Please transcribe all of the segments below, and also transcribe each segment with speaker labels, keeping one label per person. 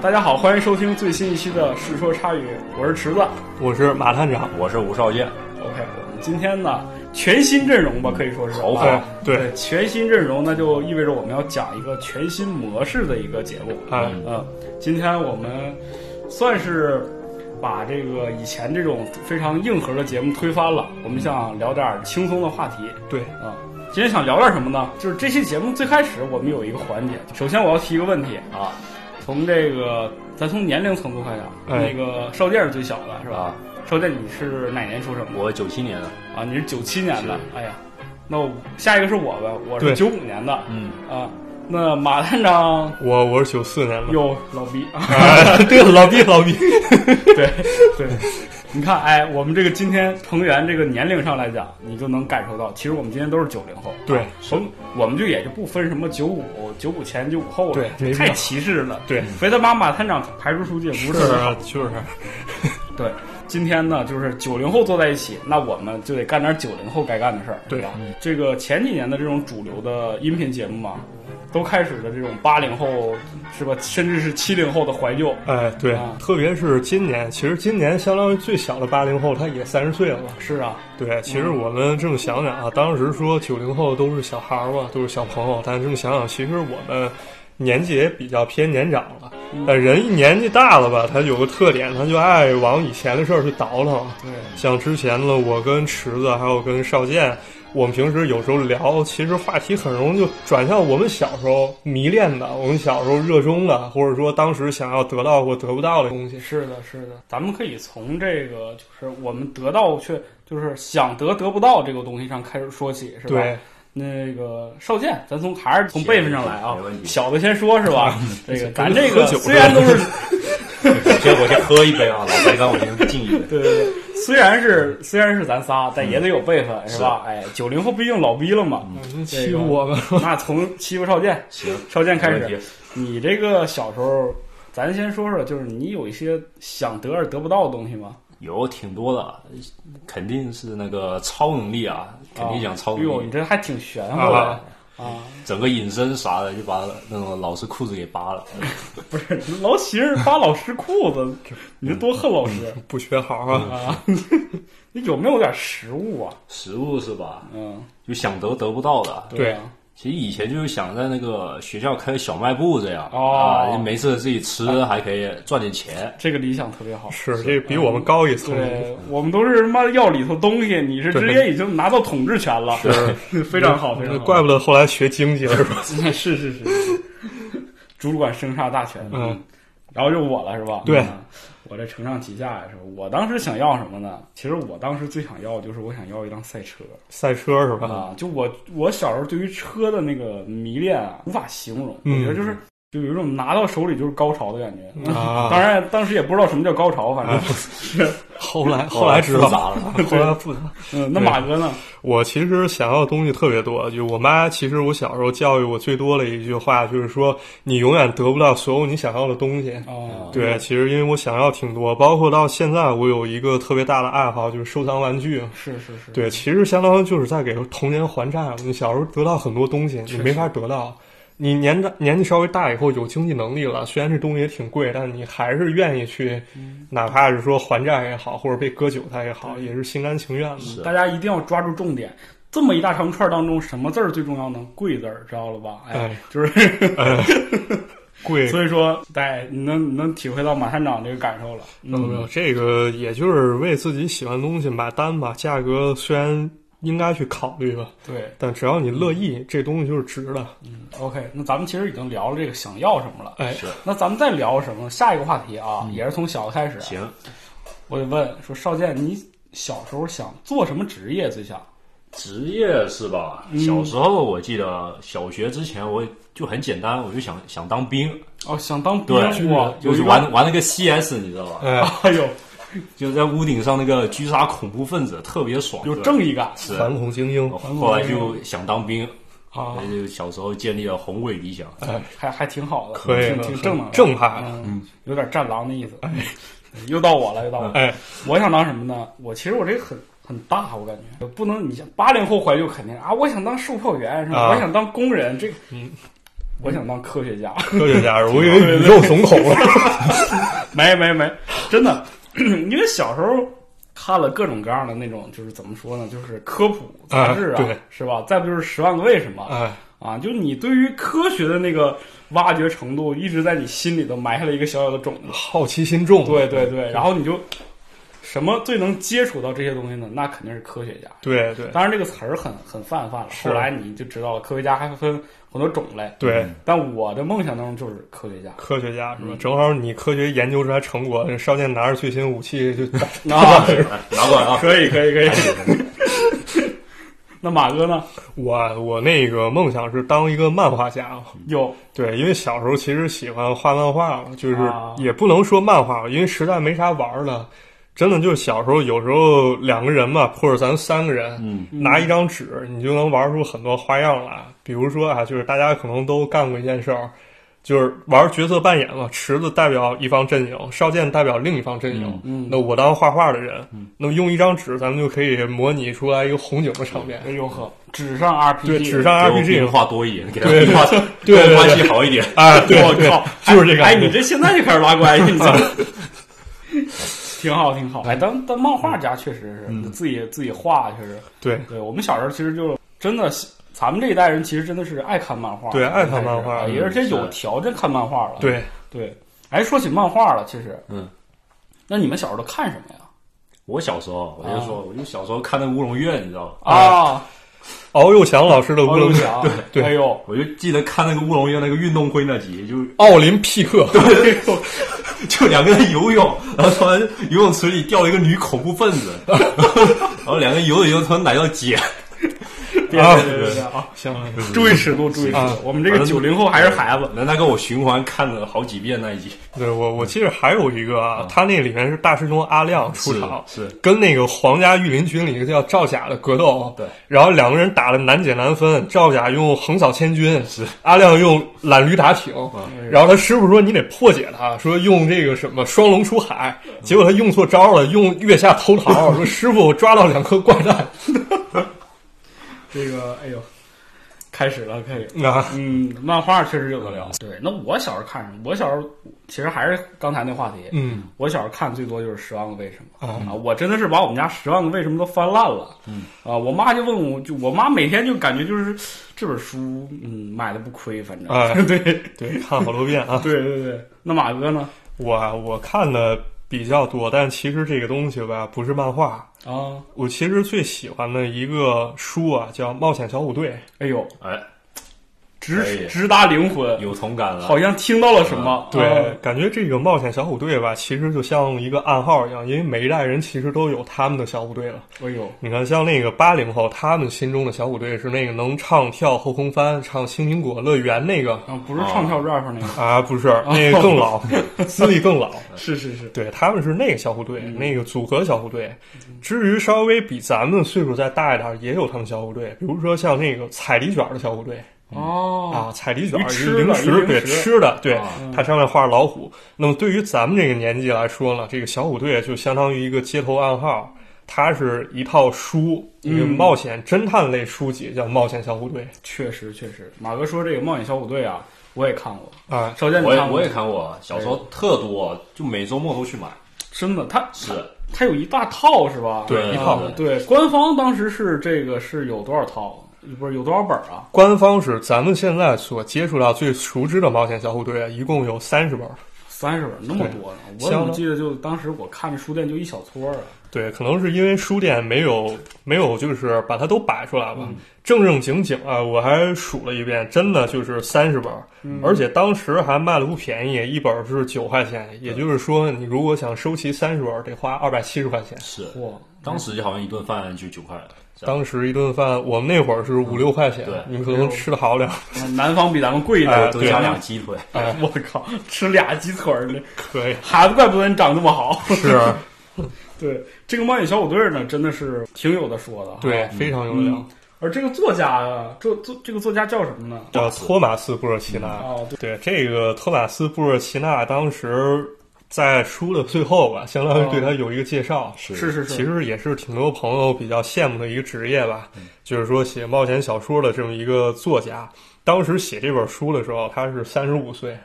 Speaker 1: 大家好，欢迎收听最新一期的《世说差语》，我是池子。
Speaker 2: 我是马探长，
Speaker 3: 我是吴少业，
Speaker 1: OK，我们今天呢全新阵容吧，可以说是
Speaker 3: 豪
Speaker 1: 啊
Speaker 3: 放
Speaker 2: 对，
Speaker 1: 全新阵容，那就意味着我们要讲一个全新模式的一个节目。
Speaker 2: 哎，
Speaker 1: 嗯，今天我们算是把这个以前这种非常硬核的节目推翻了，我们想聊点儿轻松的话题
Speaker 2: 对，
Speaker 1: 啊、今天想聊点什么呢？就是这期节目最开始我们有一个环节，首先我要提一个问题，
Speaker 3: 啊
Speaker 1: 从这个咱从年龄层次看讲，
Speaker 2: 哎
Speaker 1: 那个少健是最小的是吧？
Speaker 3: 啊！
Speaker 1: 少健你是哪年出生的？
Speaker 3: 我九七年的，
Speaker 1: 啊，你是九七年的
Speaker 3: 是，
Speaker 1: 哎呀，那我下一个是我吧，我是
Speaker 2: 对
Speaker 1: 九五年的
Speaker 3: 嗯，
Speaker 1: 啊。那马探长
Speaker 2: 我我是九四年的，
Speaker 1: 哟，老逼啊，
Speaker 2: 哎对，老毕老毕，
Speaker 1: 对对，你看，哎，我们这个今天成员这个年龄上来讲，你就能感受到，其实我们今天都是九零后，
Speaker 2: 对
Speaker 1: 我们我们就也就不分什么九五、九五前、九五后了，
Speaker 2: 对没必要
Speaker 1: 太歧视了，
Speaker 2: 对，
Speaker 1: 非得把马探长排除出去，不是很好
Speaker 2: 啊，就是
Speaker 1: 对，今天呢，就是九零后坐在一起，那我们就得干点九零后该干的事儿，
Speaker 2: 对
Speaker 1: 是吧？这个前几年的这种主流的音频节目嘛，都开始了这种八零后是吧，甚至是七零后的怀旧。
Speaker 2: 哎，对
Speaker 1: 啊，
Speaker 2: 特别是今年，其实今年相当于最小的八零后，他也三十岁了。
Speaker 1: 是啊，
Speaker 2: 对，其实我们这么想想啊，当时说九零后都是小孩儿嘛，都是小朋友，但这么想想，其实我们年纪也比较偏年长了。但人一年纪大了吧，他有个特点，他就爱往以前的事儿去倒腾。
Speaker 1: 对，
Speaker 2: 像之前呢，我跟池子还有跟少健，我们平时有时候聊，其实话题很容易就转向我们小时候迷恋的，我们小时候热衷的，或者说当时想要得到或得不到的东西。
Speaker 1: 是的，是的。咱们可以从这个就是我们得到却就是想得得不到这个东西上开始说起，是吧？
Speaker 2: 对，
Speaker 1: 那个少剑，咱从还是从辈分上来啊
Speaker 3: 没问，题
Speaker 1: 小的先说，是 吧？这个咱这
Speaker 2: 喝
Speaker 1: 个
Speaker 2: 酒
Speaker 1: 虽然都是
Speaker 3: 先我先喝一杯啊，老白干我先敬 一杯。
Speaker 1: 对对 对，虽然是虽然是咱仨，
Speaker 3: 嗯
Speaker 1: 但也得有辈分，是吧？哎，九零后毕竟老逼了嘛，
Speaker 2: 嗯欺负我们，
Speaker 1: 那从欺负少剑，
Speaker 3: 行，
Speaker 1: 少剑开
Speaker 3: 没问
Speaker 1: 始，
Speaker 3: 题。
Speaker 1: 你这个小时候，咱先说说，就是你有一些想得而得不到的东西吗？
Speaker 3: 有挺多的，啊肯定是那个超能力啊，肯定讲超
Speaker 1: 哎呦，
Speaker 3: 能
Speaker 1: 你
Speaker 3: 力，
Speaker 1: 这还挺玄乎的啊！
Speaker 3: 整个隐身啥的就把那种老师裤子给扒了。
Speaker 1: 不是，老媳妇扒老师裤 子，你这多恨老师
Speaker 3: 嗯
Speaker 2: 不学好啊。
Speaker 1: 啊！你有没有点实物啊？
Speaker 3: 食物是吧？
Speaker 1: 嗯，
Speaker 3: 就想得得不到的。
Speaker 1: 对啊，
Speaker 3: 其实以前就是想在那个学校开小卖部这样、
Speaker 1: 哦
Speaker 3: 啊，就没事自己吃还可以赚 点钱。
Speaker 1: 这个理想特别好。
Speaker 2: 是，这比我们高一层。
Speaker 1: 对我们都是他妈要里头东西，你是直接已经拿到统治权了，是 非常好，非常好，
Speaker 2: 怪不得后来学经济了是吧？
Speaker 1: 是 是是是，主管生杀大权，
Speaker 2: 嗯，
Speaker 1: 然后就我了是吧？
Speaker 2: 对
Speaker 1: 嗯，我这承上启下呀，是吧？我当时想要什么呢？其实我当时最想要的就是我想要一辆赛车
Speaker 2: 赛车是吧？
Speaker 1: 啊！就我我小时候对于车的那个迷恋啊，无法形容，我
Speaker 2: 嗯
Speaker 1: 觉得就是就有一种拿到手里就是高潮的感觉。
Speaker 2: 啊，
Speaker 1: 当然，当时也不知道什么叫高潮，反正，
Speaker 2: 后来后来知道
Speaker 3: 复杂了，
Speaker 2: 后来复杂。
Speaker 1: 嗯，那马哥呢？
Speaker 2: 我其实想要的东西特别多，就我妈其实我小时候教育我最多的一句话就是说，你永远得不到所有你想要的东西。
Speaker 1: 哦，
Speaker 2: 对，其实因为我想要挺多，包括到现在我有一个特别大的爱好就是收藏玩具。
Speaker 1: 是是是，
Speaker 2: 对，其实相当于就是在给童年还债。你小时候得到很多东西，你没法得到。你年大年纪稍微大以后有经济能力了，虽然这东西也挺贵，但你还是愿意去，
Speaker 1: 嗯
Speaker 2: 哪怕是说还债也好，或者被割韭菜也好，也是心甘情愿的。
Speaker 3: 是
Speaker 1: 大家一定要抓住重点。这么一大长串当中，什么字儿最重要呢？贵字儿，知道了吧？哎
Speaker 2: 哎，
Speaker 1: 就是，
Speaker 2: 贵
Speaker 1: 所以说，哎，你能你能体会到马探长这个感受了。
Speaker 2: 没有没有，这个也就是为自己喜欢的东西买单吧。价格虽然应该去考虑吧，
Speaker 1: 对
Speaker 2: 但只要你乐意，这东西就是值的。
Speaker 1: ，OK，那咱们其实已经聊了这个想要什么了。
Speaker 2: 哎，
Speaker 1: 那咱们再聊什么？下一个话题啊，也是从小的开始。
Speaker 3: 行，
Speaker 1: 我得问说，少健，你小时候想做什么职业最想？
Speaker 3: 职业是吧？
Speaker 1: 嗯
Speaker 3: 小时候我记得小学之前我就很简单，我就想想当兵，
Speaker 1: 哦，想当兵
Speaker 3: 对，
Speaker 1: 哇，
Speaker 3: 就
Speaker 1: 有一
Speaker 3: 是
Speaker 1: 个
Speaker 3: 玩。玩那个 CS，你知道吧？
Speaker 2: 哎，
Speaker 1: 哎呦，
Speaker 3: 就在屋顶上那个狙杀恐怖分子，特别爽，
Speaker 1: 有
Speaker 3: 对
Speaker 1: 正义感
Speaker 3: 是。
Speaker 2: 反恐精英，
Speaker 3: 后来就想当兵，哎
Speaker 1: 啊，哎
Speaker 3: 就小时候建立了宏伟理想。
Speaker 1: 还还挺好的，
Speaker 2: 可以
Speaker 1: 挺
Speaker 2: 了
Speaker 1: 挺
Speaker 2: 很
Speaker 1: 正能量
Speaker 2: 正派了
Speaker 1: 嗯，有点战狼的意思。又到我了，又到我了。
Speaker 2: 哎，
Speaker 1: 我想当什么呢？我其实我这个很很大，我感觉不能。你像八零后怀旧肯定啊，我想当售票员是吧？
Speaker 2: 啊
Speaker 1: 我想当工人，这个
Speaker 2: 嗯
Speaker 1: 我想当科学家。
Speaker 2: 科学家，我以为宇宙总统了。
Speaker 1: 没没没，真的， 因为小时候看了各种各样的那种，就是怎么说呢，就是科普杂志
Speaker 2: 啊对
Speaker 1: 是吧？再不就是《十万个为什么》
Speaker 2: 哎，
Speaker 1: 啊，就你对于科学的那个挖掘程度，一直在你心里头埋下了一个小小的种子。
Speaker 2: 好奇心重。
Speaker 1: 对对对，然后你就什么最能接触到这些东西呢？那肯定是科学家。
Speaker 2: 对对
Speaker 1: 当然，这个词儿很很泛泛了。
Speaker 2: 是
Speaker 1: 后来你就知道了，科学家还分很多种类。
Speaker 2: 对，
Speaker 1: 但我的梦想当中就是科 学家。
Speaker 2: 科学家是吧
Speaker 1: 嗯？
Speaker 2: 正好你科学研究出来成果，少年拿着最新武器就打
Speaker 1: 啊，
Speaker 3: 拿过来啊！
Speaker 1: 可以可以可以。那马哥呢？
Speaker 2: 我我那个梦想是当一个漫画家，啊
Speaker 1: 有
Speaker 2: 对，因为小时候其实喜欢画漫画嘛，就是
Speaker 1: 啊
Speaker 2: 也不能说漫画，因为实在没啥玩儿的。真的就是小时候，有时候两个人嘛，或者咱三个人，
Speaker 3: 嗯，
Speaker 2: 拿一张纸，你就能玩出很多花样来。比如说啊，就是大家可能都干过一件事儿，就是玩角色扮演嘛。池子代表一方阵营，少剑代表另一方阵营。
Speaker 1: 嗯
Speaker 2: 那我当画画的人，那么用一张纸，咱们就可以模拟出来一个红警的场面。
Speaker 1: 哎呦呵，纸上 RPG，
Speaker 2: 对，纸上
Speaker 1: 啊
Speaker 3: 给我比
Speaker 2: RPG
Speaker 3: 人画多一点，给他
Speaker 2: 对
Speaker 3: 画
Speaker 2: 对对对
Speaker 3: 关系好一点。
Speaker 2: 啊， 对，
Speaker 1: 我
Speaker 2: 对
Speaker 1: 靠，
Speaker 2: 就是这个
Speaker 1: 哎，
Speaker 2: 感觉
Speaker 1: 你这现在就开始拉关系，你 怎么？挺好，挺好。哎，当当漫画家确实是、
Speaker 2: 嗯
Speaker 1: 自己自己画，确实。
Speaker 2: 对
Speaker 1: 对我们小时候其实就真的，咱们这一代人其实真的是爱看漫画，
Speaker 2: 对爱看漫画
Speaker 1: 哎也而且
Speaker 3: 嗯
Speaker 1: 有
Speaker 3: 是
Speaker 1: 条件看漫画了。
Speaker 2: 对，
Speaker 1: 对，哎，说起漫画了，其实，
Speaker 3: 嗯，
Speaker 1: 那你们小时候都看什么呀？
Speaker 3: 我小时候，我就说，我就小时候看那《乌龙院》，你知道吧？
Speaker 1: 啊，
Speaker 2: 敖幼祥老师的乌
Speaker 1: 王
Speaker 2: 龙
Speaker 1: 龙，强，
Speaker 2: 对啊
Speaker 1: 哎呦，
Speaker 3: 我就记得看那个《乌龙院》那个运动会那集，就
Speaker 2: 奥林匹克，
Speaker 3: 就两个人游泳，然后突然游泳池里掉了一个女恐怖分子，然后两个人游着游着突然奶要姐，
Speaker 1: 别别别别别啊！
Speaker 2: 行，
Speaker 1: 注意尺度，注意尺
Speaker 2: 啊
Speaker 1: 度，我们这个九零后还是孩子。
Speaker 3: 那那个我循环看了好几遍那一集，
Speaker 2: 对我我记得还有一个啊，他那里面是大师兄阿亮出场，
Speaker 3: 是是
Speaker 2: 跟那个皇家御林军里一个叫赵甲的格斗，
Speaker 3: 对，
Speaker 2: 然后两个人打的难解难分，赵甲用横扫千军，是嗯阿亮用懒驴打挺，然后他师傅说你得破解他，说用这个什么双龙出海，结果他用错招了，用月下偷 桃，说师傅我抓到两颗怪蛋
Speaker 1: 这个，哎呦，开始了，开始。
Speaker 2: 啊，
Speaker 1: 嗯，漫画确实有的聊。对，那我小时候看什么？我小时候其实还是刚才那话题。
Speaker 2: 嗯
Speaker 1: 我小时候看最多就是《十万个为什么》
Speaker 2: 啊
Speaker 1: 啊，我真的是把我们家《十万个为什么》都翻烂了。嗯啊，我妈就问我，就我妈每天就感觉就是这本书，嗯，买的不亏，反正。
Speaker 2: 哎，
Speaker 1: 对
Speaker 2: 对，看好多遍啊，
Speaker 1: 对对对，那马哥呢？
Speaker 2: 我啊我看的比较多，但其实这个东西吧不是漫画，
Speaker 1: 啊，
Speaker 2: 我其实最喜欢的一个书啊，叫《冒险小虎队》。
Speaker 1: 哎呦，
Speaker 3: 哎，可
Speaker 1: 直
Speaker 3: 以
Speaker 1: 直达灵魂，
Speaker 3: 有同感了
Speaker 1: 好。像听到了什么。
Speaker 2: 对，
Speaker 1: 啊
Speaker 2: 感觉这个《冒险小虎队》吧，其实就像一个暗号一样，因为每一代人其实都有他们的小虎队了。
Speaker 1: 哎呦，
Speaker 2: 你看，像那个八零后，他们心中的小虎队是那个能唱跳后空翻、唱《青苹果乐园》那个
Speaker 1: 啊，不是唱跳 rap 那个，
Speaker 2: 啊，不是，那个更 老，资历更老。
Speaker 1: 是是是，
Speaker 2: 对，他们是那个小虎队，
Speaker 1: 嗯
Speaker 2: 那个组合小虎队。至于稍微比咱们岁数再大一点，也有他们小虎队，比如说像那个彩梨卷儿的小虎队。
Speaker 1: 哦，
Speaker 2: 啊，彩梨卷
Speaker 1: 一
Speaker 2: 儿
Speaker 1: 吃
Speaker 2: 零
Speaker 1: 的一
Speaker 2: 食，
Speaker 1: 零
Speaker 2: 对
Speaker 1: 食
Speaker 2: 吃的，对
Speaker 3: 啊
Speaker 2: 它上面画老虎。那么对于咱们这个年纪来说呢，这个小虎队就相当于一个街头暗号，它是一套书，一个
Speaker 1: 嗯
Speaker 2: 冒险侦探类书籍，叫《冒险小虎队
Speaker 1: 确实确实，马哥说这个《冒险小虎队》啊，我也看过，》
Speaker 2: 啊。
Speaker 1: 少剑你
Speaker 3: 我也
Speaker 1: 看过吗
Speaker 3: 我也看过，小时候特多，就每周末都去买。
Speaker 1: 真的，他
Speaker 3: 是，
Speaker 1: 他有一大套是吧？
Speaker 2: 对
Speaker 1: 啊
Speaker 2: 一套
Speaker 1: 对，官方当时是这个是有多少套？不是有多少本啊？
Speaker 2: 官方是咱们现在所接触到最熟知的《冒险小虎队》，啊一共有三十本儿。
Speaker 1: 三十本那么多呢？我怎
Speaker 2: 香
Speaker 1: 么
Speaker 2: 了
Speaker 1: 记得就当时我看这书店就一小撮儿啊？
Speaker 2: 对，可能是因为书店没有没有，就是把它都摆出来吧，正正经经啊，我还数了一遍，真的就是三十本儿，而且当时还卖的不便宜，一本儿是九块钱，也就是说，你如果想收齐三十本儿，得花二百七十块钱。
Speaker 3: 是，
Speaker 1: 哇，
Speaker 3: 当时好像一顿饭就九块，
Speaker 1: 啊
Speaker 3: 这样
Speaker 2: 当时一顿饭，我们那会儿是五六块钱，
Speaker 3: 对
Speaker 2: 你可能吃的好点儿，
Speaker 1: 南方比咱们贵一
Speaker 2: 哎
Speaker 1: 点。
Speaker 3: 都
Speaker 2: 对
Speaker 3: 加两鸡腿。
Speaker 2: 哎，
Speaker 1: 我靠，吃俩鸡腿儿呢，
Speaker 2: 可以
Speaker 1: 孩子怪不得你长这么好。
Speaker 2: 是，
Speaker 1: 对，这个《冒险小虎队》呢，真的是挺有的说的。，啊
Speaker 2: 对，非常有料，
Speaker 1: 而这个作家啊，作作这个作家叫什么呢？嗯
Speaker 2: 叫托马斯·布尔奇纳。
Speaker 1: 哦，对，
Speaker 2: 对，这个托马斯·布尔奇纳当时在书的最后吧，相当于对他有一个介绍。
Speaker 3: 哦是
Speaker 1: 是是是，
Speaker 2: 其实也是挺多朋友比较羡慕的一个职业吧，
Speaker 3: 嗯
Speaker 2: 就是说写冒险小说的这么一个作家。当时写这本书的时候，他是三十五岁，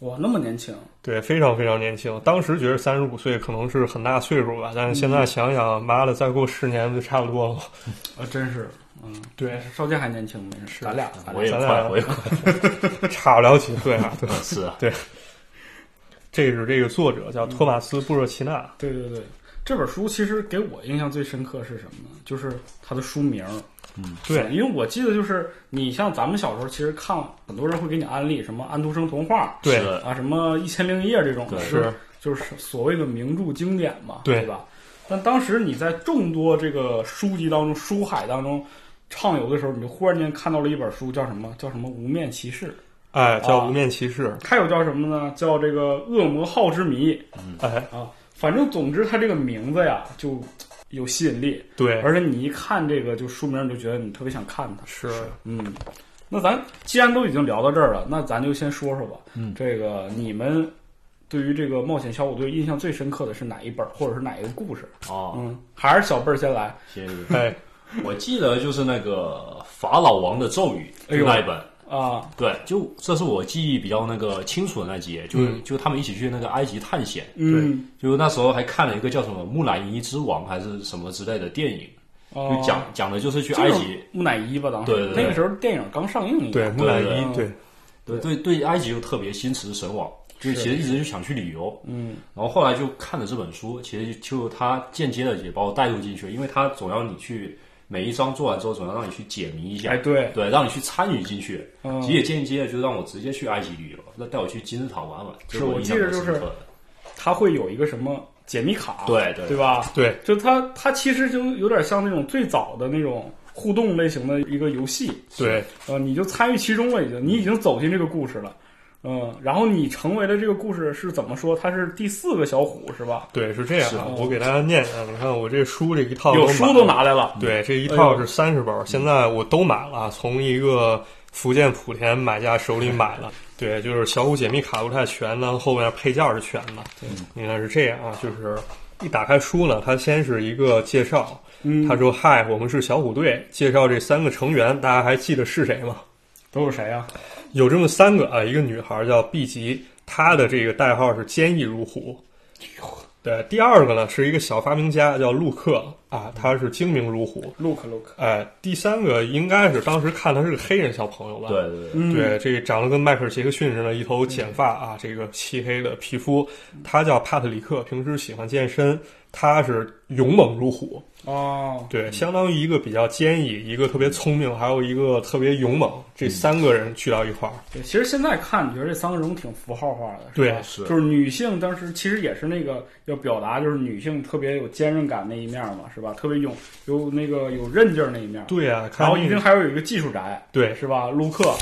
Speaker 1: 哇，那么年轻，
Speaker 2: 对，非常非常年轻。当时觉得三十五岁可能是很大岁数吧，但是现
Speaker 3: 嗯
Speaker 2: 在想想，妈的，再过十年就差不多了。
Speaker 1: 啊，真是，嗯，
Speaker 2: 对，
Speaker 1: 少杰还年轻，没事，咱俩，咱俩
Speaker 3: 我也
Speaker 2: 咱俩
Speaker 3: 快，我也快，
Speaker 2: 差不了几岁啊。对，
Speaker 3: 是啊，
Speaker 2: 这是这个作者叫托马斯·布热奇纳。
Speaker 1: 对对对，这本书其实给我印象最深刻是什么呢？就是它的书名。
Speaker 3: 嗯，
Speaker 2: 对
Speaker 1: 因为我记得就是你像咱们小时候，其实看很多人会给你安利什么安徒生童话
Speaker 2: 对
Speaker 3: 是的
Speaker 1: 啊，什么《一千零一夜》这种，
Speaker 3: 对
Speaker 1: 就是就是所谓的名著经典嘛，
Speaker 2: 对
Speaker 1: 对吧？但当时你在众多这个书籍当中、书海当中畅游的时候，你就忽然间看到了一本书，叫什么？叫什么《无面骑士》？
Speaker 2: 哎，叫
Speaker 3: 哦
Speaker 1: 啊
Speaker 2: 《无面骑士》
Speaker 1: 还有叫什么呢？叫这个《恶魔号之谜》。
Speaker 3: 嗯
Speaker 2: 哎，
Speaker 1: 啊，反正总之它这个名字呀就有吸引力，
Speaker 2: 对，
Speaker 1: 而且你一看这个就书名，你就觉得你特别想看它。
Speaker 2: 是
Speaker 1: 嗯，那咱既然都已经聊到这儿了，那咱就先说说吧。
Speaker 3: 嗯
Speaker 1: 这个你们对于这个冒险小虎队印象最深刻的是哪一本儿，或者是哪一个故事？
Speaker 3: 哦，
Speaker 1: 嗯，还是小贝儿先来。
Speaker 3: 谢谢。
Speaker 2: 哎，
Speaker 3: 我记得就是那个法老王的咒语
Speaker 1: 哎
Speaker 3: 就
Speaker 1: 呦
Speaker 3: 那一本，
Speaker 1: 啊，
Speaker 3: 对，就这是我记忆比较那个清楚的那集，就是、就他们一起去那个埃及探险，
Speaker 1: 嗯，
Speaker 3: 就是那时候还看了一个叫什么《木乃伊之王》还是什么之类的电影，
Speaker 1: 哦
Speaker 3: 就讲讲的就是去
Speaker 1: 就
Speaker 3: 埃
Speaker 1: 是
Speaker 3: 及，
Speaker 1: 木乃伊吧，当时
Speaker 3: 对对对
Speaker 1: 那个时候电影刚上映，
Speaker 2: 对，木乃
Speaker 3: 对
Speaker 2: 伊，对，
Speaker 3: 对对对，埃及就特别心驰神往，就是其实一直就想去旅游，
Speaker 1: 嗯，
Speaker 3: 然后后来就看了这本书，其实就他间接的也把我带入进去，因为他总要你去每一章做完之后，总要让你去解谜一下，
Speaker 1: 哎对，
Speaker 3: 对，让你去参与进去，
Speaker 1: 嗯
Speaker 3: 其实也间接的就让我直接去埃及旅游，那带我去金字塔玩玩，这
Speaker 1: 是我
Speaker 3: 印
Speaker 1: 记
Speaker 3: 象
Speaker 1: 得
Speaker 3: 蛮
Speaker 1: 就是
Speaker 3: 深刻的
Speaker 1: 它会有一个什么解密卡，
Speaker 3: 对对
Speaker 1: 对吧？
Speaker 2: 对，
Speaker 1: 就它它其实就有点像那种最早的那种互动类型的一个游戏，
Speaker 2: 对，
Speaker 1: 呃，你就参与其中了，已经，你已经走进这个故事了，嗯，然后你成为了这个故事是怎么说？它是第四个小虎是吧？
Speaker 2: 对，是这样
Speaker 3: 是
Speaker 2: 啊。我给大家念一下，你看我这书这一套
Speaker 1: 有书都
Speaker 2: 哦买
Speaker 1: 拿
Speaker 2: 了，
Speaker 1: 来了，
Speaker 2: 对，这一
Speaker 1: 哎
Speaker 2: 套
Speaker 1: 呦
Speaker 2: 是三十本儿，现在我都买了啊，从一个福建莆田买家手里买
Speaker 1: 哎
Speaker 2: 了。对，就是小虎解密卡不太全呢，后面配件儿是全的。嗯你看是这样啊，就是一打开书呢，它先是一个介绍，
Speaker 1: 嗯，
Speaker 2: 他说：“嗨，我们是小虎队。”介绍这三个成员，大家还记得是谁吗？
Speaker 1: 都有谁啊？
Speaker 2: 有这么三个啊，一个女孩叫 B 级，她的这个代号是坚毅如虎。对，第二个呢是一个小发明家叫陆克啊，他是精明如虎。
Speaker 1: look look，
Speaker 2: 哎，第三个应该是当时看他是个黑人小朋友吧？
Speaker 3: 对对对。
Speaker 1: 嗯，
Speaker 2: 对，这个长得跟迈克尔·杰克逊似的，一头剪发啊，这个漆黑的皮肤，他叫帕特里克，平时喜欢健身，他是勇猛如虎。
Speaker 1: 哦，
Speaker 2: 对，相当于一个比较坚毅，一个特别聪明，还有一个特别勇猛，这三个人聚到一块儿。
Speaker 1: 对，其实现在看，你觉得这三个人物挺符号化的，
Speaker 2: 对
Speaker 1: 吧
Speaker 3: 是
Speaker 1: 就是女性当时其实也是那个要表达，就是女性特别有坚韧感那一面嘛，是吧？特别勇，有那个有韧劲儿那一面，
Speaker 2: 对啊，看
Speaker 1: 然后一
Speaker 2: 那
Speaker 1: 定
Speaker 2: 个
Speaker 1: 还要有一个技术宅，
Speaker 2: 对
Speaker 1: 是吧？卢克，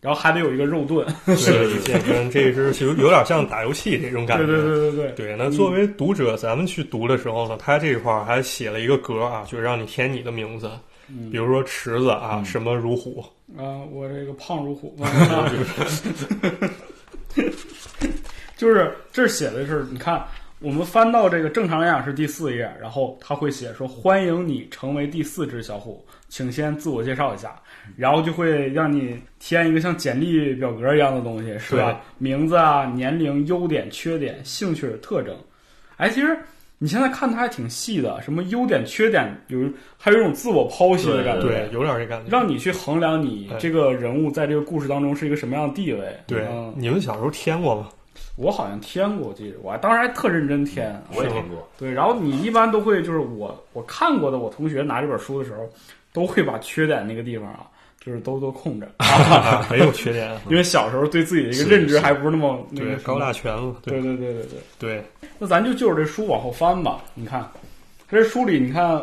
Speaker 1: 然后还得有一个肉盾，
Speaker 2: 对去健身，这是有有点像打游戏这种感觉。
Speaker 1: 对对对对对，
Speaker 2: 对那作为读者，咱们去读的时候呢，他这块儿还写了一个格啊，就是让你填你的名字，
Speaker 1: 嗯
Speaker 2: 比如说池子啊，什么如虎，
Speaker 1: 啊，我这个胖如 虎， 就是这写的是，你看我们翻到这个正常来讲是第四页，然后他会写说欢迎你成为第四只小虎，请先自我介绍一下，
Speaker 3: 嗯
Speaker 1: 然后就会让你填一个像简历表格一样的东西，是吧？名字啊、年龄、优点、缺点、兴趣、特征，哎，其实。你现在看它还挺细的，什么优点、缺点，有还有一种自我剖析的感觉，
Speaker 3: 对
Speaker 2: 对，有点这感觉。
Speaker 1: 让你去衡量你这个人物在这个故事当中是一个什么样的地位。
Speaker 2: 对
Speaker 1: 嗯，
Speaker 2: 你们小时候填过 吗？
Speaker 1: 我好像填过，我记得我还当时还特认真填。啊
Speaker 3: 我也听过，
Speaker 1: 对，然后你一般都会就是我我看过的，我同学拿这本书的时候，都会把缺点那个地方啊，就是都都空 着，
Speaker 2: 啊没有缺点，
Speaker 1: 因为小时候对自己的一个
Speaker 3: 是
Speaker 1: 认知
Speaker 3: 是
Speaker 1: 还不是那么那
Speaker 2: 对
Speaker 1: 个，什么
Speaker 2: 高大。全了，对
Speaker 1: 对对对对对，
Speaker 2: 对，
Speaker 1: 那咱就就着这书往后翻吧。你看，这书里你看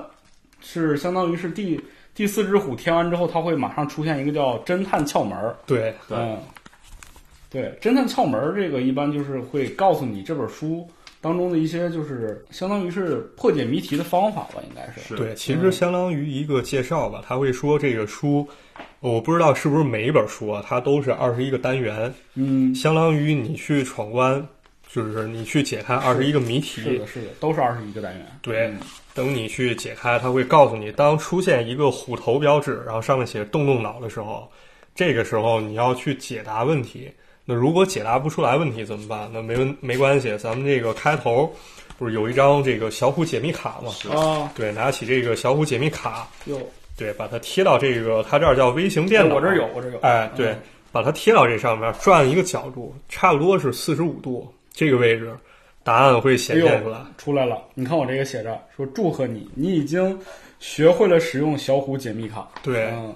Speaker 1: 是相当于是第第四只虎填完之后，它会马上出现一个叫侦探窍门儿。
Speaker 2: 对，
Speaker 3: 对
Speaker 1: 嗯，对，侦探窍门儿这个一般就是会告诉你这本书当中的一些，就是相当于是破解谜题的方法吧，应该是。
Speaker 3: 是
Speaker 2: 对，其
Speaker 1: 嗯
Speaker 2: 实相当于一个介绍吧，他会说这个书，我不知道是不是每一本书啊，它都是二十一个单元，
Speaker 1: 嗯，
Speaker 2: 相当于你去闯关，就是你去解开二十一个谜题，
Speaker 1: 是的，是的，都是二十一个单元。
Speaker 2: 对，
Speaker 1: 嗯
Speaker 2: 等你去解开，它会告诉你，当出现一个虎头标志，然后上面写“动动脑”的时候，这个时候你要去解答问题。那如果解答不出来问题怎么办？那没问没关系，咱们这个开头不是有一张这个小虎解密卡吗？
Speaker 1: 啊，
Speaker 2: 对，拿起这个小虎解密卡，
Speaker 1: 有，
Speaker 2: 对，把它贴到这个，它这儿叫微型电脑，
Speaker 1: 我这儿有，，我这儿有。
Speaker 2: 哎，对，把它贴到这上面，转一个角度，差不多是四十五度这个位置，答案会显
Speaker 1: 哎
Speaker 2: 现
Speaker 1: 呦
Speaker 2: 出来。
Speaker 1: 出来了。你看我这个写着说祝贺你，你已经学会了使用小虎解密卡。
Speaker 2: 对
Speaker 1: 嗯，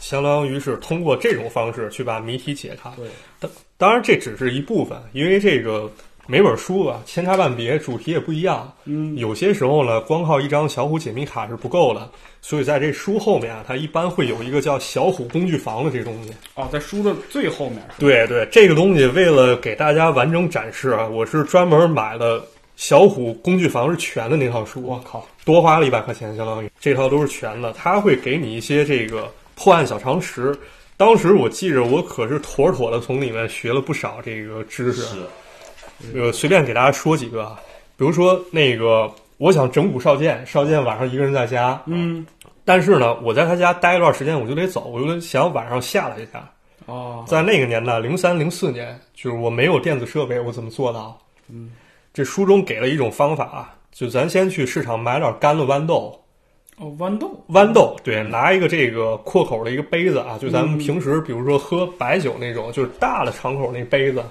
Speaker 2: 相当于是通过这种方式去把谜题解开。
Speaker 1: 对，
Speaker 2: 当当然这只是一部分，因为这个每本书啊千差万别，主题也不一样。
Speaker 1: 嗯，
Speaker 2: 有些时候呢，光靠一张小虎解密卡是不够的，所以在这书后面啊，它一般会有一个叫小虎工具房的这东西。
Speaker 1: 哦，在书的最后面是吧
Speaker 2: 对对，这个东西为了给大家完整展示啊，我是专门买了。小虎工具房是全的那套书，
Speaker 1: 我靠，
Speaker 2: 多花了一百块钱，相当于这套都是全的，它会给你一些这个破案小常识。当时我记着，我可是妥妥的从里面学了不少这个知识。
Speaker 3: 是
Speaker 2: 呃，随便给大家说几个啊，比如说那个，我想整蛊少剑，少剑晚上一个人在家，
Speaker 1: 嗯，
Speaker 2: 但是呢，我在他家待一段时间，我就得走，我就得想晚上下来一下。
Speaker 1: 哦，
Speaker 2: 在那个年代，零三零四年，就是我没有电子设备，我怎么做到？
Speaker 1: 嗯，
Speaker 2: 这书中给了一种方法啊，就咱先去市场买点干的豌豆，
Speaker 1: 哦，豌豆，
Speaker 2: 豌豆，对，拿一个这个阔口的一个杯子啊，就咱们平时比如说喝白酒那种，就是大的敞口那杯子，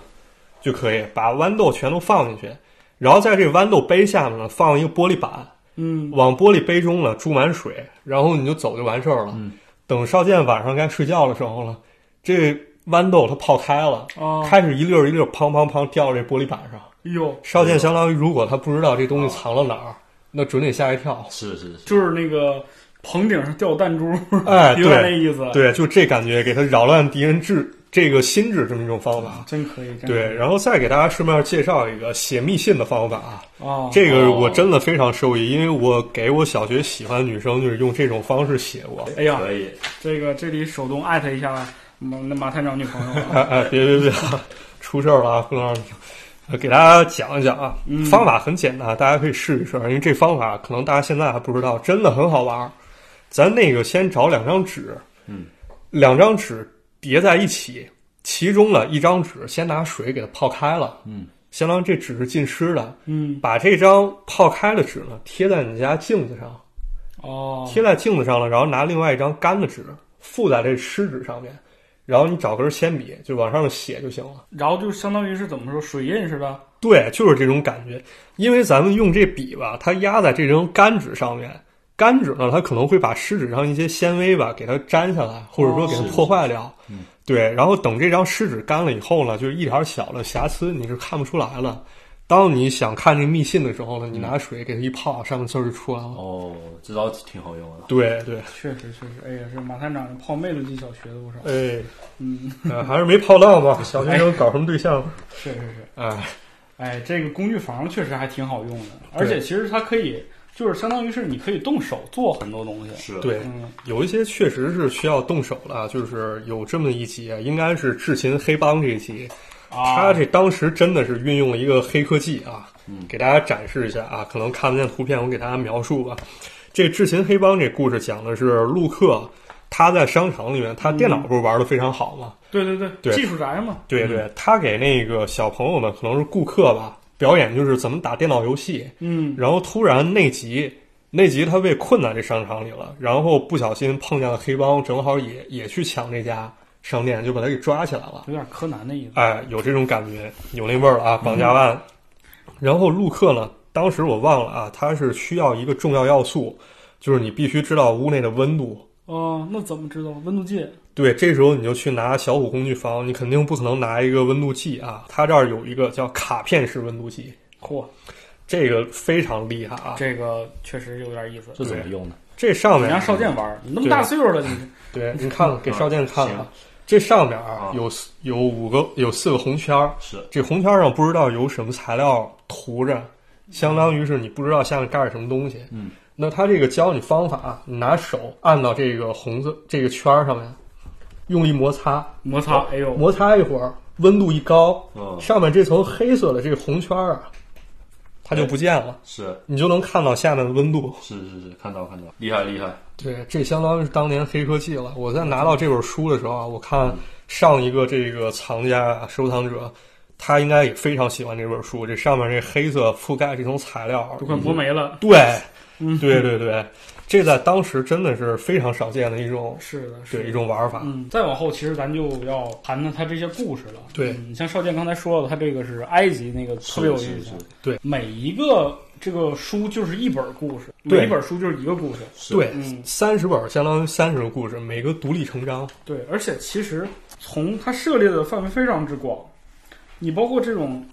Speaker 2: 就可以把豌豆全都放进去，然后在这豌豆杯下面呢放一个玻璃板，
Speaker 1: 嗯，
Speaker 2: 往玻璃杯中呢注满水，然后你就走就完事儿了。
Speaker 3: 嗯
Speaker 2: 等少剑晚上该睡觉的时候了，这豌豆它泡开了，
Speaker 1: 哦，
Speaker 2: 开始一粒儿一粒儿砰砰砰掉这玻璃板上。
Speaker 1: 哟，
Speaker 2: 少剑相当于如果他不知道这
Speaker 1: 哦
Speaker 2: 东西藏到哪儿，那准得吓一跳。
Speaker 3: 是是是，
Speaker 1: 就是那个棚顶上掉弹珠，
Speaker 2: 哎，
Speaker 1: 有点
Speaker 2: 对
Speaker 1: 那，意思。，
Speaker 2: 对，就这感觉，给他扰乱敌人智这个心智这么一种方法。
Speaker 1: 啊真可以，真可以
Speaker 2: 对，然后再给大家顺便介绍一个写密信的方法啊，
Speaker 1: 哦，
Speaker 2: 这个我真的非常受益，因为我给我小学喜欢的女生就是用这种方式写过。
Speaker 1: 哎呀，
Speaker 3: 可以，
Speaker 1: 这个这里手动艾特一下马那马探长女朋友啊，
Speaker 2: 哎哎，别别别，出事儿了啊！不能让你呃给大家讲一讲啊
Speaker 1: 嗯，
Speaker 2: 方法很简单，大家可以试一试，因为这方法可能大家现在还不知道，真的很好玩儿。咱那个先找两张纸，
Speaker 3: 嗯，
Speaker 2: 两张纸叠在一起，其中呢一张纸先拿水给它泡开了，
Speaker 3: 嗯，
Speaker 2: 相当于这纸是浸湿的，
Speaker 1: 嗯，
Speaker 2: 把这张泡开的纸呢贴在你家镜子上，
Speaker 1: 哦，
Speaker 2: 贴在镜子上了，然后拿另外一张干的纸附在这湿纸上面，然后你找根铅笔就往上面写就行了。
Speaker 1: 然后就相当于是怎么说水印似的，
Speaker 2: 对，就是这种感觉。因为咱们用这笔吧，它压在这张干纸上面，干纸呢，它可能会把湿纸上一些纤维吧给它粘下来，或者说给它
Speaker 3: 哦
Speaker 2: 破坏掉。
Speaker 3: 嗯
Speaker 2: 对，然后等这张湿纸干了以后呢，就是一点小的瑕疵你是看不出来了。当你想看这密信的时候呢，你拿水给它一泡，上面字儿就出来了。
Speaker 3: 哦，这招挺好用的。
Speaker 2: 对对，
Speaker 1: 确实确实，哎呀，这马探长这泡妹子技巧学的不少，
Speaker 2: 哎，
Speaker 1: 嗯，
Speaker 2: 呃还是没泡到嘛，小学生搞什么对象？
Speaker 1: 是是是。
Speaker 2: 哎，
Speaker 1: 哎，这个工具房确实还挺好用的，
Speaker 2: 对
Speaker 1: 而且其实它可以，就是相当于是你可以动手做很多东西。
Speaker 3: 是，
Speaker 2: 对，
Speaker 1: 嗯，
Speaker 2: 有一些确实是需要动手了，就是有这么一集啊，应该是智擒黑帮这一集，
Speaker 1: 啊，
Speaker 2: 他这当时真的是运用了一个黑科技啊
Speaker 3: 嗯，
Speaker 2: 给大家展示一下啊，可能看不见图片，我给大家描述吧。这智擒黑帮这故事讲的是陆克，他在商场里面，他电脑不是玩的非常好吗？
Speaker 1: 对对对，
Speaker 2: 对
Speaker 1: 技术宅嘛，
Speaker 2: 对对，他给那个小朋友们，可能是顾客吧，表演就是怎么打电脑游戏，
Speaker 1: 嗯，
Speaker 2: 然后突然内吉，内吉他被困在这商场里了，然后不小心碰见了黑帮，正好也也去抢这家商店，就把他给抓起来了。
Speaker 1: 有点柯南的意思。
Speaker 2: 哎，有这种感觉，有那味儿了啊，绑架案。然后陆克呢，当时我忘了啊，他是需要一个重要要素，就是你必须知道屋内的温度。
Speaker 1: 哦，那怎么知道温度计？
Speaker 2: 对，这时候你就去拿小虎工具房，你肯定不可能拿一个温度计啊，他这儿有一个叫卡片式温度计，
Speaker 1: 嚯，
Speaker 2: 这个非常厉害啊。
Speaker 1: 这个确实有点意思。
Speaker 3: 这怎么用的？
Speaker 2: 这上
Speaker 1: 你
Speaker 2: 面啊
Speaker 1: 让少剑玩儿，你那么大岁数了，你
Speaker 2: 对，你看了给少剑看
Speaker 3: 嗯行
Speaker 2: 了，这上面啊
Speaker 3: 啊
Speaker 2: 有四有五个有四个红圈儿，
Speaker 3: 是
Speaker 2: 这红圈儿上不知道有什么材料涂着，相当于是你不知道下面盖着什么东西。
Speaker 3: 嗯，
Speaker 2: 那他这个教你方法啊，你拿手按到这个红色这个圈儿上面，用力摩擦，
Speaker 1: 摩擦，哎呦，
Speaker 2: 摩擦一会儿，温度一高，
Speaker 3: 嗯，
Speaker 2: 上面这层黑色的这个红圈儿啊，它就不见了，
Speaker 3: 是
Speaker 2: 你就能看到下面的温度。
Speaker 3: 是是是，看到看到，厉害厉害，
Speaker 2: 对，这相当于是当年黑科技了。我在拿到这本书的时候啊，我看上一个这个藏家啊收藏者，他应该也非常喜欢这本书。这上面这黑色覆盖这层材料，
Speaker 1: 都快磨没了。
Speaker 2: 对，
Speaker 1: 嗯，
Speaker 2: 对对对，这在当时真的是非常少见的一种，
Speaker 1: 是的，是
Speaker 2: 对
Speaker 1: 的
Speaker 2: 一。种玩法。
Speaker 1: 嗯，再往后，其实咱就要谈谈他这些故事了。
Speaker 2: 对
Speaker 1: 嗯你像邵健刚才说了，他这个是埃及那个特别有
Speaker 3: 是
Speaker 1: 印
Speaker 3: 是
Speaker 1: 象
Speaker 3: 是。
Speaker 1: 每一个这个书就是一本故事，
Speaker 2: 对
Speaker 1: 每一本书就是一个故事。
Speaker 3: 是
Speaker 2: 对
Speaker 1: 嗯，
Speaker 2: 三十本相当于三十个故事，每个独立成章。
Speaker 1: 对，而且其实从它涉猎的范围非常之广，你包括这种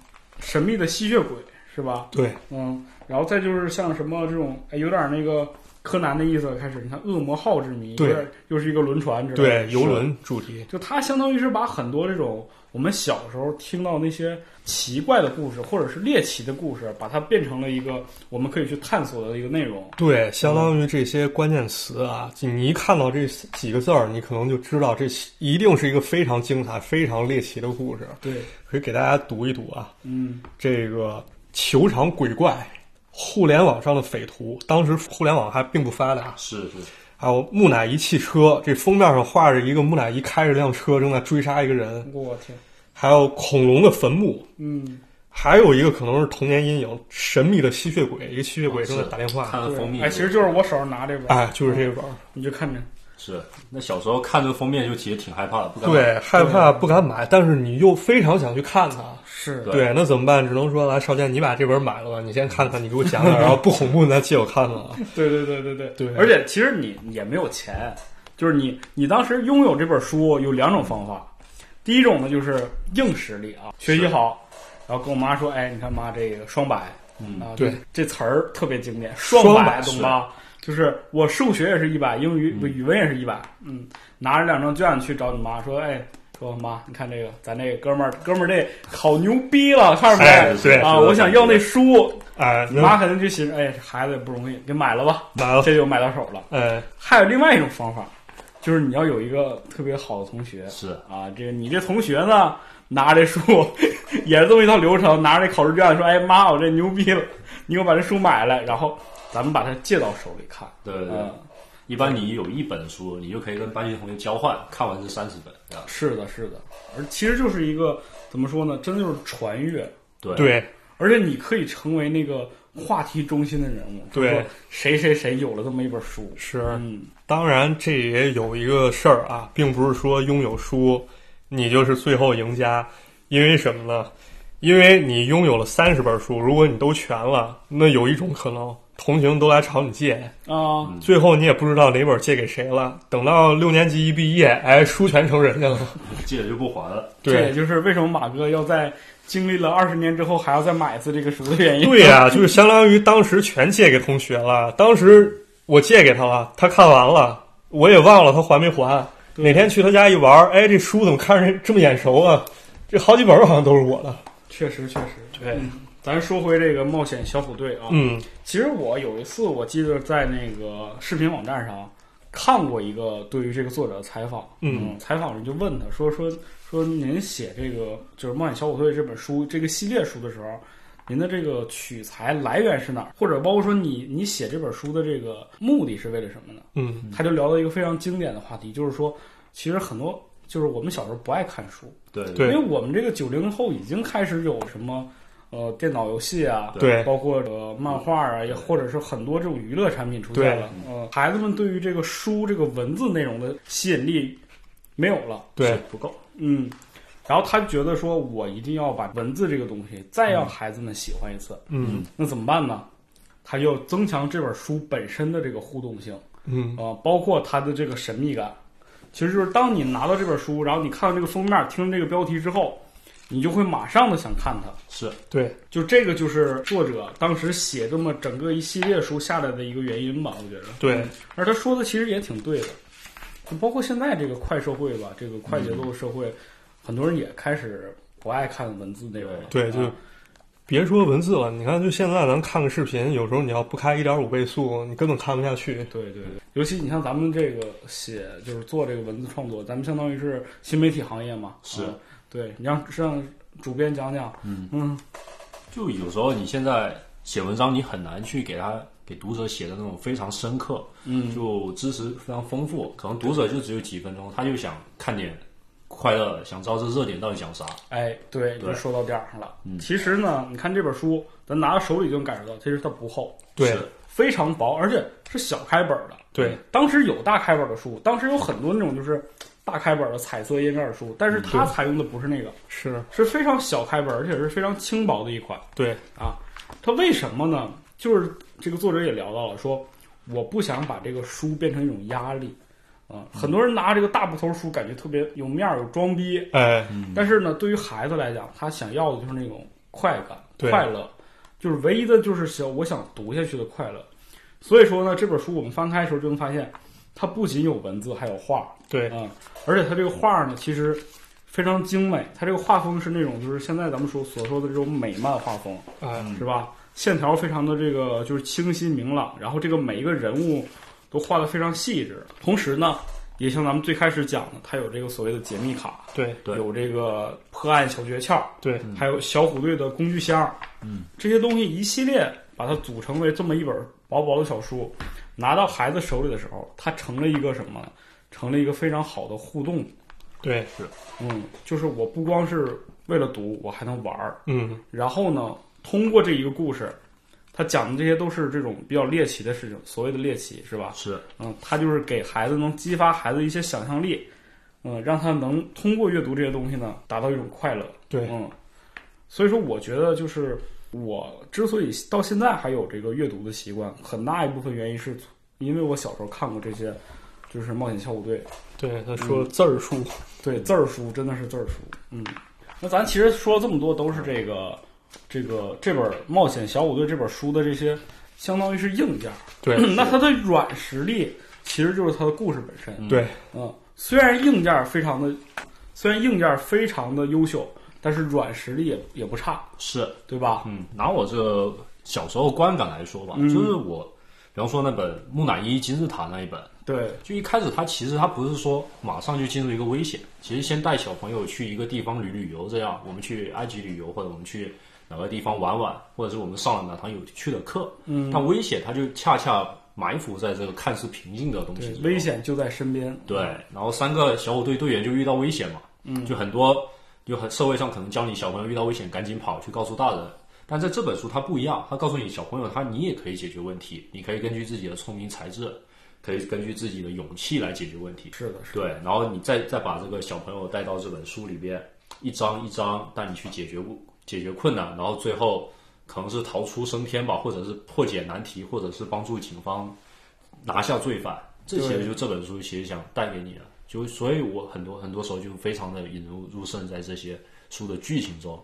Speaker 1: 神秘的吸血鬼，是吧？
Speaker 2: 对，
Speaker 1: 嗯，然后再就是像什么这种，哎，有点那个柯南的意思开始。你看《恶魔号之谜》，
Speaker 2: 对
Speaker 1: 有点，又是一个轮船之类的。
Speaker 2: 对，游轮主题，
Speaker 1: 就它相当于是把很多这种我们小时候听到那些奇怪的故事，或者是猎奇的故事，把它变成了一个我们可以去探索的一个内容。
Speaker 2: 对，相当于这些关键词啊，你一看到这几个字儿，你可能就知道这一定是一个非常精彩、非常猎奇的故事。
Speaker 1: 对，
Speaker 2: 可以给大家读一读啊，
Speaker 1: 嗯，
Speaker 2: 这个球场鬼怪。互联网上的匪徒，当时互联网还并不发达，
Speaker 3: 是是，
Speaker 2: 还有木乃伊汽车，这封面上画着一个木乃伊开着辆车正在追杀一个人，
Speaker 1: 我天，
Speaker 2: 还有恐龙的坟墓，
Speaker 1: 嗯，
Speaker 2: 还有一个可能是童年阴影，神秘的吸血鬼，一个吸血鬼正在打电
Speaker 3: 哦看
Speaker 2: 话，
Speaker 3: 了封
Speaker 1: 对，
Speaker 3: 面，
Speaker 1: 哎，其实就是我手上拿这本，
Speaker 2: 哎，就是这本儿，
Speaker 1: 你就看着，
Speaker 3: 是那小时候看这封面就其实挺害怕的，不敢买，
Speaker 2: 对，害怕不敢买，但是你又非常想去看它。
Speaker 1: 是
Speaker 3: 对
Speaker 2: 对，那怎么办？只能说来，少健，你把这本买了吧，你先看看，你给我 讲讲，然后不恐怖你再借我看看啊。
Speaker 1: 对对对对对
Speaker 2: 对
Speaker 1: 而且其实你也没有钱，就是你你当时拥有这本书有两种方法，第一种呢就是硬实力啊，学习好，然后跟我妈说，哎，你看妈这个双百，
Speaker 3: 嗯
Speaker 1: 啊，
Speaker 2: 对
Speaker 1: 这，这词儿特别经典，
Speaker 2: 双
Speaker 1: 双
Speaker 2: 百
Speaker 1: 懂吧？就是我数学也是一百，英语不语文也是一百，嗯，拿着两张卷去找你妈说，哎。说妈，你看这个，咱这哥们儿，哥们儿这考牛逼了，看着没？
Speaker 2: 哎对
Speaker 1: 啊，我想要那书，
Speaker 2: 哎，
Speaker 1: 你妈肯定就寻思，哎，孩子也不容易，给买了吧，
Speaker 2: 买了，
Speaker 1: 这就买到手了。
Speaker 2: 哎，
Speaker 1: 还有另外一种方法，就是你要有一个特别好的同学
Speaker 3: 是
Speaker 1: 啊，这个你这同学呢，拿着书也是这么一套流程，拿着这考试卷说：“哎妈，我这牛逼了，你给我把这书买来，然后咱们把它借到手里看。
Speaker 3: 对对对
Speaker 1: 嗯，，
Speaker 3: 一般你有一本书，你就可以跟班级同学交换，看完这三十本，这样
Speaker 1: 是的，是的，而其实就是一个怎么说呢，真的就是传阅，
Speaker 3: 对
Speaker 2: 对，
Speaker 1: 而且你可以成为那个话题中心的人物。
Speaker 2: 对，
Speaker 1: 谁谁谁有了这么一本书，
Speaker 2: 是。
Speaker 1: 嗯，
Speaker 2: 当然，这也有一个事儿啊，并不是说拥有书，你就是最后赢家。因为什么呢？因为你拥有了三十本书，如果你都全了，那有一种可能，同行都来朝你借，
Speaker 1: 啊，
Speaker 3: 嗯
Speaker 2: 最后你也不知道哪本借给谁了。等到六年级一毕业，哎，书全成人家了。
Speaker 3: 借了就不还了，
Speaker 1: 这也
Speaker 2: 对，
Speaker 1: 就是为什么马哥要在经历了二十年之后还要再买一次这个书的原因。
Speaker 2: 对呀、 就是相当于当时全借给同学了。当时我借给他了，他看完了，我也忘了他还没还。
Speaker 1: 对
Speaker 2: 哪天去他家一玩，哎，这书怎么看着这么眼熟啊？这好几本好像都是我的。
Speaker 1: 确实确实，
Speaker 2: 对
Speaker 1: 嗯咱说回这个冒险小虎队啊，
Speaker 2: 嗯，
Speaker 1: 其实我有一次我记得在那个视频网站上看过一个对于这个作者的采访，
Speaker 2: 嗯
Speaker 1: 采访人就问他说说说您写这个就是《冒险小虎队》这本书这个系列书的时候。您的这个取材来源是哪儿？或者包括说你你写这本书的这个目的是为了什么呢？
Speaker 2: 嗯，
Speaker 1: 他就聊到一个非常经典的话题，就是说，其实很多就是我们小时候不爱看书，
Speaker 3: 对
Speaker 2: 对
Speaker 1: 因为我们这个九零后已经开始有什么呃电脑游戏啊，
Speaker 2: 对
Speaker 1: 包括呃漫画啊，也或者是很多这种娱乐产品出现了，呃，孩子们对于这个书这个文字内容的吸引力没有了，
Speaker 2: 对
Speaker 3: 是，不够，
Speaker 1: 嗯，然后他觉得说我一定要把文字这个东西再让孩子们喜欢一次，
Speaker 2: 嗯
Speaker 1: 那怎么办呢？他要增强这本书本身的这个互动性。
Speaker 2: 嗯，
Speaker 1: 呃，包括它的这个神秘感。其实就是当你拿到这本书，然后你看到这个封面，听这个标题之后，你就会马上的想看它。
Speaker 3: 是
Speaker 2: 对，
Speaker 1: 就这个就是作者当时写这么整个一系列书下来的一个原因吧，我觉得。嗯
Speaker 2: 对，
Speaker 1: 而他说的其实也挺对的，就包括现在这个快社会吧，这个快节奏社会，很多人也开始不爱看文字内容了。
Speaker 2: 对，就
Speaker 1: 啊
Speaker 2: 别说文字了，你看，就现在咱看个视频，有时候你要不开一点五倍速，你根本看不下去。
Speaker 1: 对对对，尤其你像咱们这个写，就是做这个文字创作，咱们相当于是新媒体行业嘛，
Speaker 3: 是
Speaker 1: 啊对你让让主编讲讲，
Speaker 3: 嗯
Speaker 1: 嗯，
Speaker 3: 就有时候你现在写文章，你很难去给他给读者写的那种非常深刻，
Speaker 1: 嗯，
Speaker 3: 就知识非常丰富，可能读者就只有几分钟，他就想看点快乐的，想知道这热点到底讲啥。
Speaker 1: 哎，对，
Speaker 3: 对
Speaker 1: 就说到点儿上了。
Speaker 3: 嗯
Speaker 1: 其实呢，你看这本书，咱拿到手里就能感受到，其实它不厚，
Speaker 2: 对
Speaker 3: 是
Speaker 1: 非常薄，而且是小开本儿的。
Speaker 2: 对，
Speaker 1: 当时有大开本儿的书，当时有很多那种就是大开本儿的彩色页面的书，但是它采用的不是那个，
Speaker 2: 是，
Speaker 1: 是非常小开本儿，而且是非常轻薄的一款
Speaker 2: 对，
Speaker 1: 啊。它为什么呢？就是这个作者也聊到了，说我不想把这个书变成一种压力啊、很多人拿这个大部头书，感觉特别有面儿、有装逼，
Speaker 2: 哎，
Speaker 1: 但是呢，对于孩子来讲，他想要的就是那种快感、
Speaker 2: 对
Speaker 1: 快乐，就是唯一的就是想我想读下去的快乐。所以说呢，这本书我们翻开的时候就能发现，它不仅有文字，还有画，
Speaker 2: 对，
Speaker 1: 嗯，而且它这个画呢，其实非常精美，它这个画风是那种就是现在咱们说所说的这种美漫画风，
Speaker 2: 哎，
Speaker 1: 是吧？线条非常的这个就是清晰明朗，然后这个每一个人物都画的非常细致，同时呢，也像咱们最开始讲的，它有这个所谓的解密卡，
Speaker 2: 对，
Speaker 3: 对
Speaker 1: 有这个破案小诀窍，
Speaker 2: 对，
Speaker 1: 还有小虎队的工具箱，
Speaker 3: 嗯，
Speaker 1: 这些东西一系列把它组成为这么一本薄薄的小书，拿到孩子手里的时候，它成了一个什么呢？成了一个非常好的互动，
Speaker 2: 对，
Speaker 1: 嗯，就是我不光是为了读，我还能玩儿，
Speaker 2: 嗯，
Speaker 1: 然后呢，通过这一个故事，他讲的这些都是这种比较猎奇的事情，所谓的猎奇是吧？
Speaker 3: 是，
Speaker 1: 嗯，他就是给孩子能激发孩子一些想象力，嗯，让他能通过阅读这些东西呢，达到一种快乐。
Speaker 2: 对，
Speaker 1: 嗯，所以说我觉得就是我之所以到现在还有这个阅读的习惯，很大一部分原因是因为我小时候看过这些，就是冒险小虎队，
Speaker 2: 对，他说字儿
Speaker 1: 嗯
Speaker 2: 数，
Speaker 3: 嗯
Speaker 1: 对字儿书真的是字儿书，嗯，那咱其实说了这么多都是这个这个这本《冒险小虎队》这本书的这些，相当于是硬件儿，
Speaker 2: 对，
Speaker 1: 那它的软实力其实就是它的故事本身，
Speaker 3: 嗯
Speaker 2: 对，
Speaker 1: 嗯，虽然硬件儿非常的，虽然硬件儿非常的优秀，但是软实力也也不差，
Speaker 3: 是，
Speaker 1: 对吧？
Speaker 3: 嗯，拿我这个小时候观感来说吧，
Speaker 1: 嗯
Speaker 3: 就是我，比方说那本木乃伊金字塔那一本，
Speaker 1: 对，
Speaker 3: 就一开始他其实他不是说马上就进入一个危险，其实先带小朋友去一个地方旅旅游，这样我们去埃及旅游，或者我们去哪个地方玩玩，或者是我们上了哪堂有趣的课。
Speaker 1: 嗯，
Speaker 3: 但危险它就恰恰埋伏在这个看似平静的东西
Speaker 1: 对，
Speaker 3: 里。
Speaker 1: 危。险就在身边，
Speaker 3: 对，然后三个小虎队队员就遇到危险嘛，嗯，就很多就很社会上可能教你小朋友遇到危险赶紧跑去告诉大人，但在这本书它不一样，它告诉你小朋友他你也可以解决问题，你可以根据自己的聪明才智，可以根据自己的勇气来解决问题。
Speaker 1: 是的，是的，
Speaker 3: 对，然后你再再把这个小朋友带到这本书里边，一章一章带你去解决问解决困难，然后最后可能是逃出升天吧，或者是破解难题，或者是帮助警方拿下罪犯。这
Speaker 1: 对
Speaker 3: 些就这本书其实想带给你的，就所以我很多很多时候就非常的引入入胜在这些书的剧情中。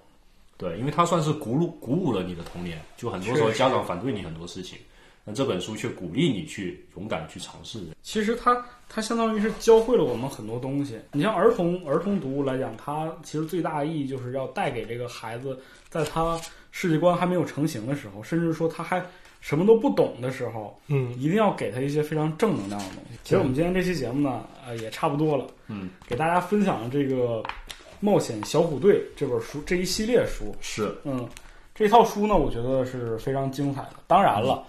Speaker 3: 对，因为它算是鼓舞鼓舞了你的童年，就很多时候
Speaker 1: 确实
Speaker 3: 家长反对你很多事情，那这本书却鼓励你去勇敢地去尝试。
Speaker 1: 其实它它相当于是教会了我们很多东西。你像儿童儿童读物来讲，它其实最大的意义就是要带给这个孩子，在他世界观还没有成型的时候，甚至说他还什么都不懂的时候，
Speaker 2: 嗯，
Speaker 1: 一定要给他一些非常正能量的东西。其实我们今天这期节目呢，呃，也差不多了，
Speaker 3: 嗯，
Speaker 1: 给大家分享了这个《冒险小虎队》这本书这一系列书，
Speaker 3: 是，
Speaker 1: 嗯，这套书呢，我觉得是非常精彩的。当然了，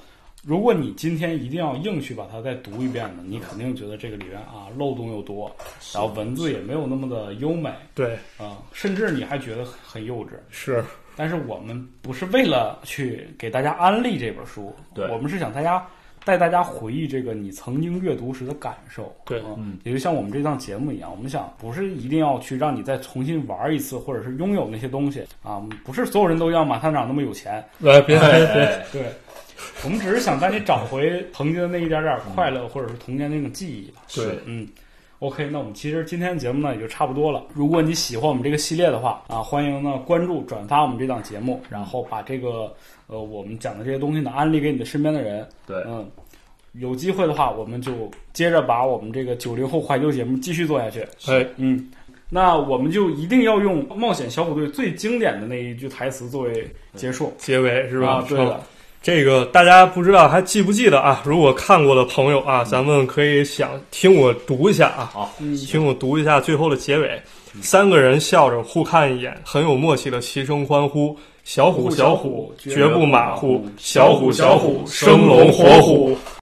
Speaker 1: 如果你今天一定要硬去把它再读一遍呢，你肯定觉得这个里边啊漏洞又多，然后文字也没有那么的优美
Speaker 2: 对，
Speaker 1: 啊、甚至你还觉得很很幼稚。
Speaker 2: 是，
Speaker 1: 但是我们不是为了去给大家安利这本书，
Speaker 3: 对
Speaker 1: 我们是想大家带大家回忆这个你曾经阅读时的感受。
Speaker 2: 对
Speaker 1: 嗯
Speaker 3: 嗯，
Speaker 1: 也就像我们这档节目一样，我们想不是一定要去让你再重新玩一次，或者是拥有那些东西啊，不是所有人都像马探长那么有钱。
Speaker 2: 来， 别别别，
Speaker 3: 哎
Speaker 1: 对，我们只是想带你找回曾经的那一点点快乐，或者是童年那种记忆吧。
Speaker 3: 是
Speaker 2: 对，
Speaker 1: 嗯，OK，那我们其实今天的节目呢也就差不多了。如果你喜欢我们这个系列的话啊，欢迎呢关注、转发我们这档节目，然后把这个呃我们讲的这些东西呢安利给你的身边的人。
Speaker 3: 对
Speaker 1: 嗯，有机会的话，我们就接着把我们这个九零后怀旧节目继续做下去。
Speaker 2: 哎，
Speaker 1: 嗯，那我们就一定要用《冒险小虎队》最经典的那一句台词作为结束，
Speaker 2: 结尾是吧
Speaker 1: 啊？对的，
Speaker 2: 这个大家不知道还记不记得啊？如果看过的朋友啊，咱们可以想听我读一下啊，
Speaker 3: 好，
Speaker 1: 嗯，
Speaker 2: 听我读一下最后的结尾。三个人笑着互看一眼，很有默契的齐声欢呼：“小虎，
Speaker 1: 小
Speaker 2: 虎，
Speaker 1: 绝
Speaker 2: 绝不马虎！
Speaker 1: 小
Speaker 2: 小
Speaker 1: 虎
Speaker 2: 虎，
Speaker 1: 小
Speaker 2: 小
Speaker 1: 虎
Speaker 2: 虎，生龙活虎！”